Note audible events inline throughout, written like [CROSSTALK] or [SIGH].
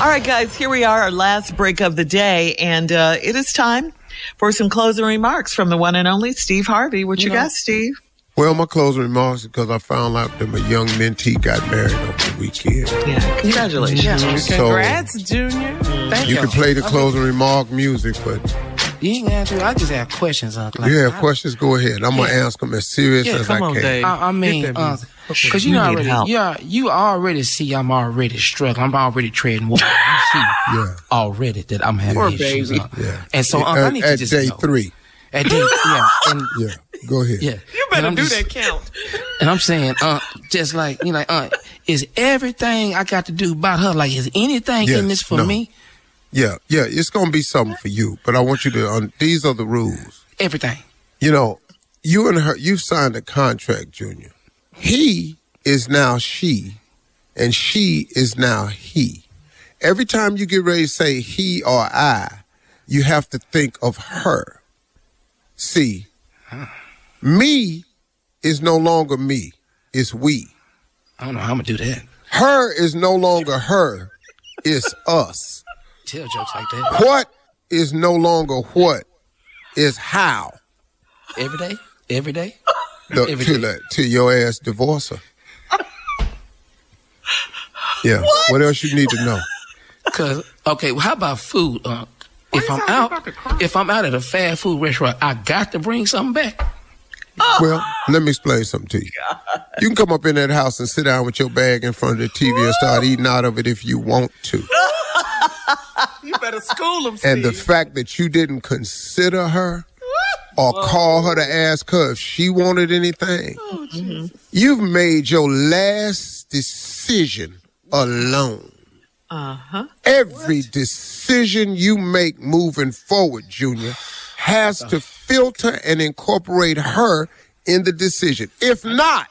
All right, guys, here we are, our last break of the day, and uh, it is time for some closing remarks from the one and only Steve Harvey. What you, got, Steve? Well, my closing remarks is because I found out that my young mentee got married over the weekend. Yeah, congratulations. Congrats, Junior. Thank You you. can play the closing remark music, but You ain't got to. I just have questions, Uncle. if you I- have questions, go ahead. I'm gonna answer them as serious Yeah, as Come I on, can. Dave. I, I mean, because you We know need already, help. yeah, you already see I'm already struggling. I'm already treading water. You see Yeah. already that I'm having Poor issues. baby. uh, Yeah. And so Uncle, at, I need to at just day know. three. At day, yeah, and, [LAUGHS] Yeah, go ahead. yeah. You better do that count. And I'm saying, uh, just like you know, uh, is everything I got to do about her? Like, is anything Yes, in this for no. me? yeah, yeah. It's gonna be something for you, but I want you to. Um, these are the rules. Everything. You know, you and her. You've signed a contract, Junior. He is now she, and she is now he. Every time you get ready to say he or I, you have to think of her. See, me is no longer me. It's we. I don't know how I'm gonna do that. Her is no longer her. It's us. Tell jokes like that What is no longer what is how. every day, every day. No, Every to, day. the, to your ass divorce [LAUGHS] her. Yeah. What? else you need to know? Cause okay, well, how about food? Uh, if I'm out, if I'm out at a fast food restaurant, I got to bring something back. Oh. Well, let me explain [LAUGHS] something to you. You can come up in that house and sit down with your bag in front of the TV and start eating out of it if you want to. [LAUGHS] You better school him, And the fact that you didn't consider her or call her to ask her if she wanted anything, Oh, Mm-hmm. you've made your last decision alone. Uh-huh. Every decision you make moving forward, Junior, has to filter and incorporate her in the decision. If not,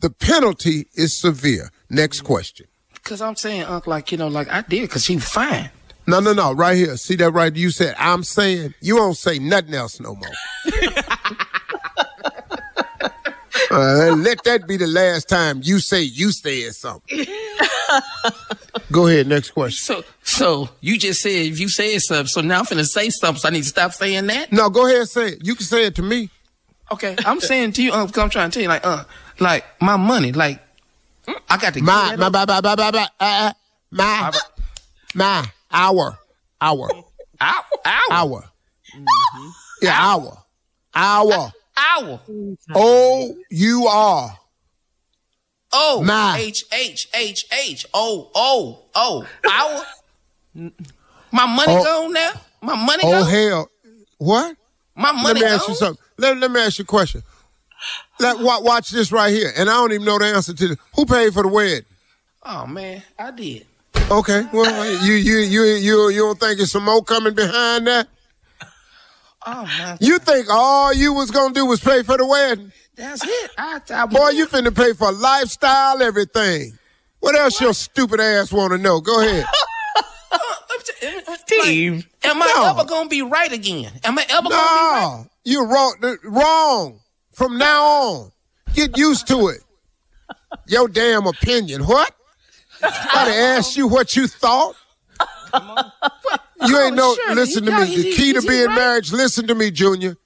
the penalty is severe. Next question. Cause I'm saying, Unc, like you know, like I did, cause she was fine. No, no, no. Right here. See that right? You said I'm saying. You don't say nothing else no more. Uh, let that be the last time you say you said something. Go ahead. Next question. So, so you just said if you said something, so now I'm finna say something. So I need to stop saying that. No, go ahead. and Say it. You can say it to me. Okay, I'm saying to you, Unc, 'cause I'm trying to tell you, like, Unc, like my money, like I got to My, get my, that my, my, my, my, my, uh, uh, my, my, our, our, hour, hour, our. Yeah, our, our. hour. O U R. Oh, My. H H H H O O O. Our my money Oh. gone now. My money Oh gone. hell! What? My Let money me ask gone? you something. Let, let me ask you a question. Let, wa- watch this right here, and I don't even know the answer to this. Who paid for the wedding? Oh man, I did. Okay, well, you you you you you don't think it's some more coming behind that? Oh man, You think all you was gonna do was pay for the wedding? that's it. I, I [LAUGHS] Boy, you finna pay for lifestyle, everything. What else your stupid ass wanna know? Go ahead. Steve. Am I No. ever gonna be right again? Am I ever gonna be right? No, you're wrong. th- Wrong. From now on, get used to it. Your damn opinion. What? I to ask you what you thought. You ain't Oh, no. Shirley, Listen to y'all, me. is The he- key to is he being right? married. Listen to me, Junior.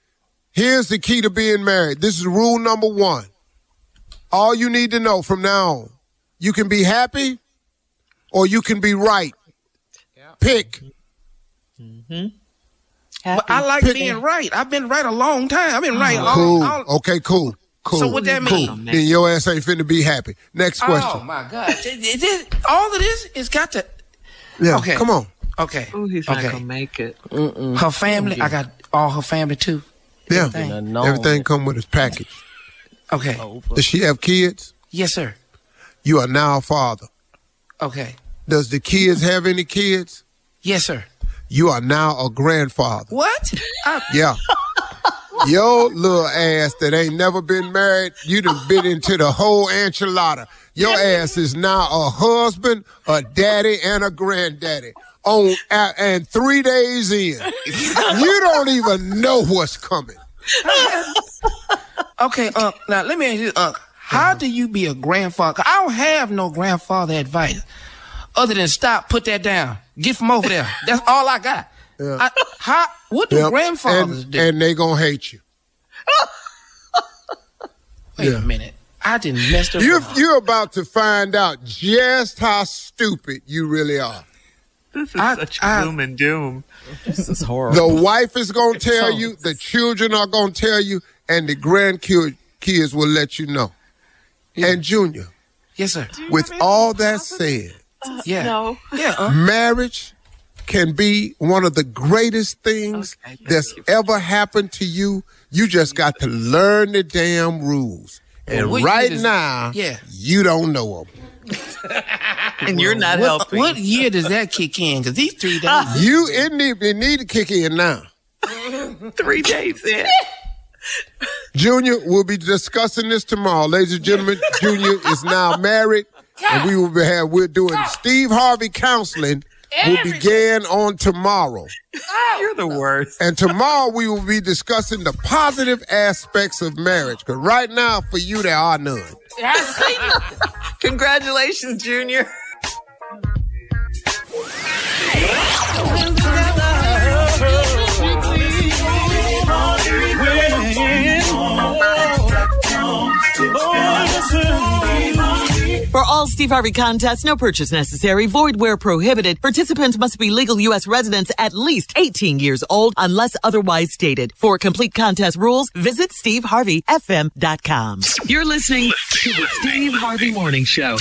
Here's the key to being married. This is rule number one. All you need to know from now on, you can be happy, or you can be right. Pick. But I like being right. I've been right a long time. I've been right all, Cool. all- okay, cool. Cool. So what that cool. mean? Then your ass ain't finna be happy. Next Oh question. my god! It- it- it- all of this has got to. yeah. okay. Come on. Okay. Oh, he's not okay. going to make it. Her family. I got all her family too. Yeah. Everything. Everything, come with its package. Okay. Oh. Does she have kids? Yes, sir. You are now a father. Okay. Does the kids have any kids? Yes, sir. You are now a grandfather. What? I, [LAUGHS] Yeah. Your little ass that ain't never been married, you done bit into the whole enchilada. Your ass is now a husband, a daddy, and a granddaddy. On a- and three days in, [LAUGHS] you don't even know what's coming. okay. Uh, now let Uh-huh. me ask you. Uh, how do you be a grandfather? 'Cause I don't have no grandfather advice. other than stop, put that down, get from over [LAUGHS] there. That's all I got. Yeah. I, how? What do Yep. grandfathers and, do? and they gonna hate you. Wait yeah. a minute, I didn't mess up. You're you're about to find out just how stupid you really are. This is I- such I- gloom and doom. This is horrible. The wife is gonna tell you, the children are gonna tell you, and the grandkids kids will let you know. And Junior, yes, sir. with all that said, [LAUGHS] Yeah, No. yeah. Uh, marriage can be one of the greatest things Okay, thank that's ever happened to you. You just got to learn the damn rules. And what right year does- now, yeah. you don't know them. And you're [LAUGHS] not what, helping. what year does that kick in? Because these three [LAUGHS] days. You it need, it need to kick in now. Three days in. Junior will be discussing this tomorrow. Ladies and gentlemen, Junior is now married, and we will be have, we're doing Steve Harvey counseling. Will begin on tomorrow. You're the worst. And tomorrow we will be discussing the positive aspects of marriage. Because right now, for you, there are none. Congratulations, Junior. For all Steve Harvey contests, no purchase necessary, void where prohibited. Participants must be legal U.S. residents at least 18 years old unless otherwise stated. For complete contest rules, visit SteveHarveyFM.com. You're listening to the Steve Harvey Morning Show.